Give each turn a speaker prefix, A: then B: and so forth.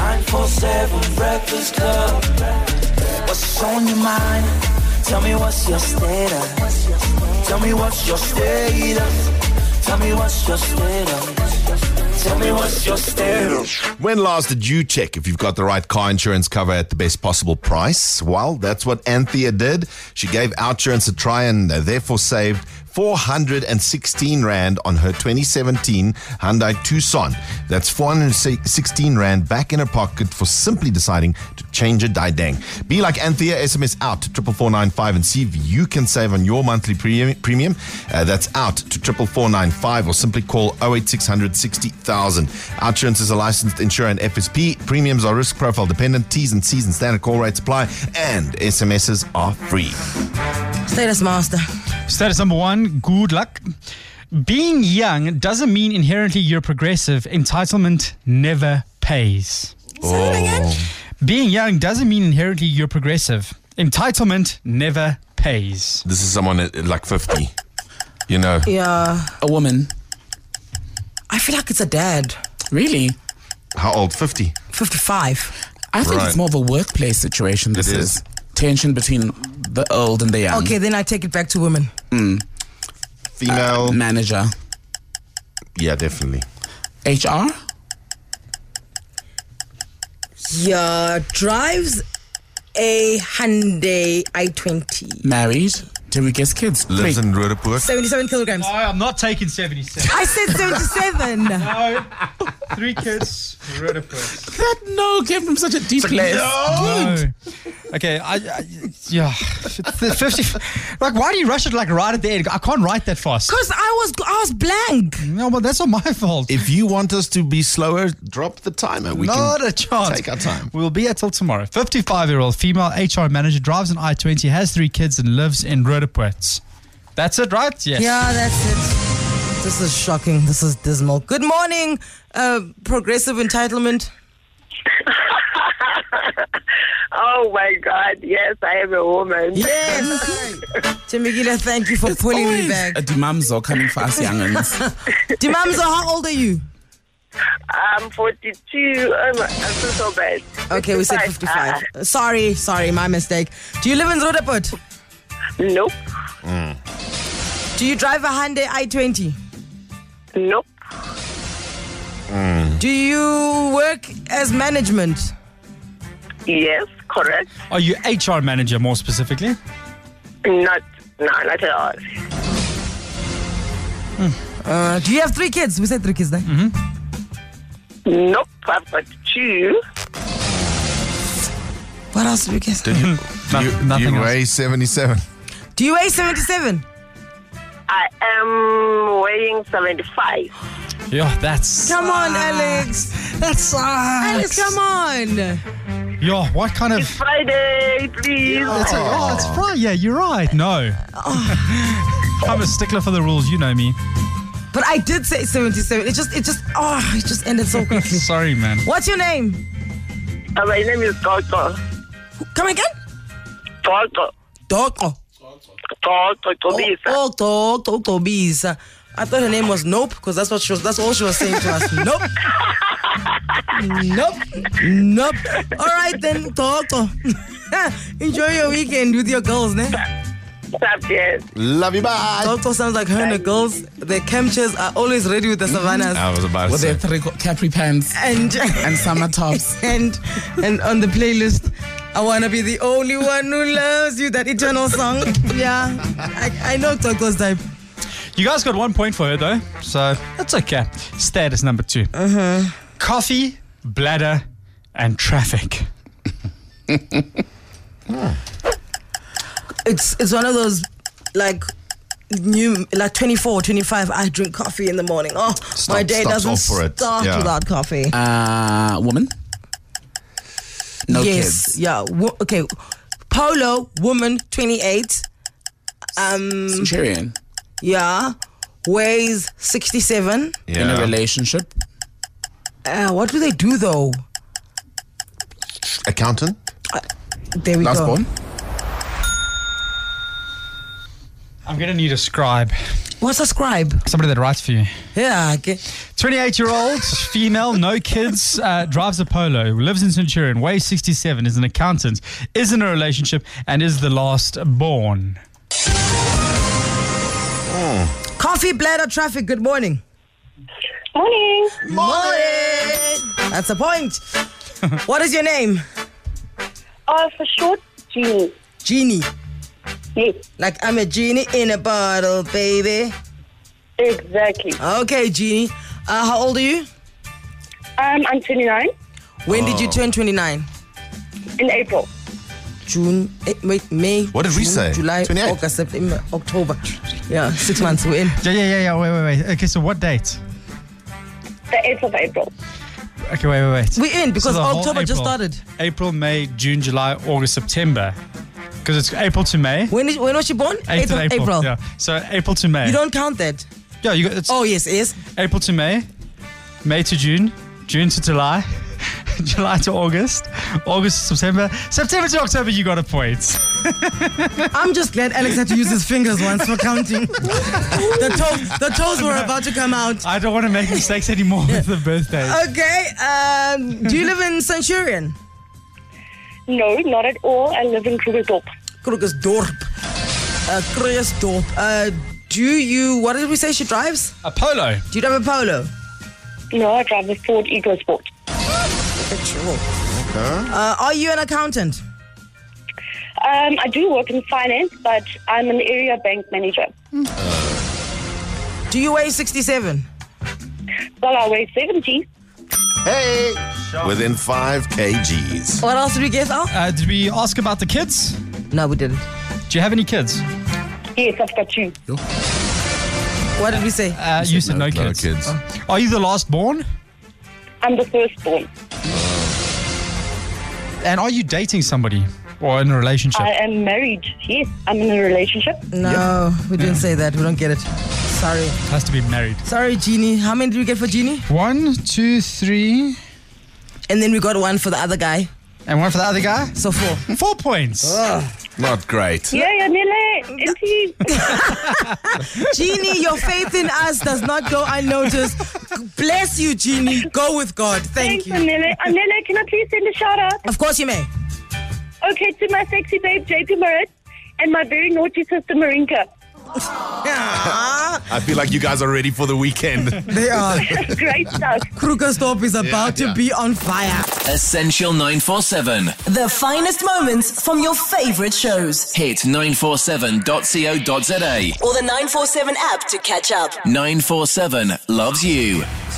A: 947 Breakfast Club. What's on your mind? Tell me what's your status. Tell me what's your status. Tell me what's your status. Tell me what's your status.
B: When last did you check if you've got the right car insurance cover at the best possible price? Well, that's what Anthea did. She gave Outsurance a try and uh, therefore saved 416 Rand on her 2017 Hyundai Tucson. That's 416 Rand back in her pocket for simply deciding to change a dang. Be like Anthea, SMS out to 44495 and see if you can save on your monthly premium. premium. Uh, that's out to 44495 or simply call 08600 60000. Outsurance is a licensed insurer and FSP. Premiums are risk profile dependent. T's and C's and standard call rates apply and SMSs are free.
C: Status master.
D: Status number one, good luck. Being young doesn't mean inherently you're progressive. Entitlement never pays.
B: Oh,
D: Being young doesn't mean inherently you're progressive. Entitlement never pays.
B: This is someone at, at like 50. You know,
C: Yeah.
E: A woman.
C: I feel like it's a dad.
E: Really?
B: how old? 50.
C: 55.
E: I think
B: Right.
E: it's more of a workplace situation. This
B: It
E: is.
B: is.
E: tension between the old and the young.
C: Okay, then I take it back to women.
B: Female.
E: Uh, Manager.
B: yeah, definitely.
E: HR.
F: Yeah, drives a Hyundai i20.
E: Married. Do we guess kids?
B: Lives
E: Three.
B: in Rudapur.
F: 77 kilograms.
D: I, am not taking 77.
C: I said 77.
D: No. Three kids, Rutherford.
E: that no gave him such a deep place.
D: No. Okay, I, I yeah, The 50. Like, why do you rush it like right at the end? I can't write that fast.
C: Because I was I was blank.
D: No, well, that's not my fault.
B: If you want us to be slower, drop the timer. We
D: Not
B: can
D: a chance.
B: Take our time.
D: We'll be here till tomorrow. 55 year old female HR manager drives an I 20, has three kids, and lives in Rhodopwets. That's it, right? Yes.
C: Yeah, that's it. This is shocking. This is dismal. Good morning, uh, progressive entitlement.
G: Oh my God! Yes, I am a woman.
C: Yes. Timigila, thank you for pulling me back.
E: A dimamzo coming for us youngins.
C: Dimamzo, how old are you?
G: I'm 42. Oh my, I feel so bad.
C: Okay, we said 55.
G: 55.
C: Uh, Sorry, sorry, my mistake. Do you live in Rodaput?
G: Nope.
C: Do you drive a Hyundai i20?
G: Nope.
C: Do you work as management?
G: Yes, correct.
D: Are you HR manager more specifically?
G: Not. No, not at all.
C: Uh, do you have three kids? We said three kids, right?
G: Nope. I've got two.
C: What else do we get?
D: No-
B: You,
D: nothing
B: you
D: else.
B: weigh 77.
C: Do you weigh 77?
G: I am weighing 75.
D: Yeah, that's.
C: Come on, Alex.
D: That's.
C: Ah. Alex, come on.
D: Yeah, what kind of.
G: It's Friday, please.
D: It's like, oh, it's right. Yeah, you're right. No.
C: Oh.
D: I'm a stickler for the rules. You know me.
C: But I did say 77. It just, it just, oh, it just ended so quickly.
D: Sorry, man.
C: What's your name?
G: Uh, my name is Toto.
C: Come again?
G: Toto.
C: Doko.
G: Toto Tobisa.
C: Oh, oh, Doko Tobisa. I thought her name was Nope because that's what she was. That's all she was saying to us. Nope. nope. Nope. All right then, Doko. Enjoy your weekend with your girls, ne?
G: Stop, yes.
B: Love you, bye.
C: Doko sounds like her and the girls. The camp chairs are always ready with the savannas.
B: I was about to
E: With their
B: say.
E: three co- capri pants
C: and
E: and summer tops.
C: and and on the playlist I wanna be the only one who loves you that eternal song yeah I, I know Toko's type
D: You guys got one point for her, though. So that's okay. Status number 2 Mm-hmm.
C: Uh-huh.
D: Coffee, bladder, and traffic.
C: it's it's one of those like new like 24 25 I drink coffee in the morning oh my
B: Stop-
C: day
B: stops
C: doesn't
B: off for it.
C: start
B: Yeah.
C: without coffee
E: Uh, woman. uh, No
C: yes.
E: kids.
C: Yeah. Wo- okay. Polo, woman, 28. Um,
E: Centurion.
C: yeah. Weighs 67.
E: In a
B: Yeah.
E: relationship.
C: Uh, what do they do though?
B: Accountant?
C: There we
E: Last
C: go.
E: born.
D: I'm going to need a scribe,
C: What's a scribe?
D: somebody that writes for you.
C: Yeah. Okay.
D: 28 year old, female, no kids, uh, drives a polo, lives in Centurion, weighs 67, is an accountant, is in a relationship, and is the last born.
C: Coffee bladder traffic. Good morning.
G: Morning.
C: That's a point. what is your name?
G: Uh, for short, Jeannie.
C: Genie.
G: Yes,
C: Like I'm a genie in a bottle, baby.
G: exactly.
C: Okay, genie. Uh, how old are you?
G: Um, I'm 29
C: When did you turn 29?
G: in April.
C: June, eh, wait, May.
B: What did we
C: June,
B: say?
C: July,
B: 28?
C: August, September, October. Yeah, six months we're in.
D: Yeah, yeah, yeah, yeah. Wait, wait, wait. Okay, so what date?
G: The 8th of April.
D: Okay, wait, wait, wait.
C: We're in because
D: the whole
C: October just
D: April.
C: started.
D: April, May, June, July, August, September. Because it's April to May.
C: When, is, when was she born?
D: 8th of April.
C: April.
D: Yeah. So April to May.
C: You don't count that.
D: yeah, you got, it's
C: Oh, yes, yes.
D: April to May, May to June, June to July, July to August, August to September, September to October. You got a point.
C: I'm just glad Alex had to use his fingers once for counting. the, toes, the toes were about to come out.
D: I don't want to make mistakes anymore with the birthdays.
C: Okay, um, do you live in Centurion?
G: No, not at all. I live in Krugersdorp.
C: Krugersdorp. Uh, Krugersdorp. Uh, do you, what did we say she drives?
D: A polo.
C: Do you drive a polo?
G: No, I drive a Ford EcoSport.
C: Uh, are you an accountant?
G: Um, I do work in finance, but I'm an area bank manager.
C: Do you weigh 67?
G: Well, I weigh 70.
B: Hey! Within 5 kgs.
C: What else did we guess? Oh,
D: Uh, did we ask about the kids?
C: no, we didn't.
D: Do you have any kids?
G: Yes, I've got two.
C: What did we say?
D: Uh, you said no, kids.
B: No kids.
D: Are you the last born?
G: I'm the firstborn.
D: And are you dating somebody or in a relationship?
G: I am married. Yes, I'm in a relationship.
C: Mm-hmm. No, we didn't say that. We don't get it. Sorry.
D: Has to be married.
C: Sorry, Genie. How many did we get for Genie?
D: One, two, three,
C: And then we got one for the other guy.
D: and one for the other guy.
C: So four.
D: Four points.
B: Not great.
G: Yeah, you're nearly. empty.
C: Genie, your faith in us does not go unnoticed. Bless you, Genie. Go with God. Thank
G: Thanks,
C: you.
G: Anele. Anele, can I please send a shout out?
C: Of course you may.
G: Okay, to my sexy babe, JP Moritz, and my very naughty sister, Marinka.
C: Ah,
B: I feel like you guys are ready for the weekend.
C: they are.
G: Great stuff.
C: Krugersdorp is about
B: yeah.
C: to be on fire.
H: Essential 947.
I: The finest moments from your favorite shows.
H: Hit 947.co.za.
I: Or the 947 app to catch up.
H: 947 loves you.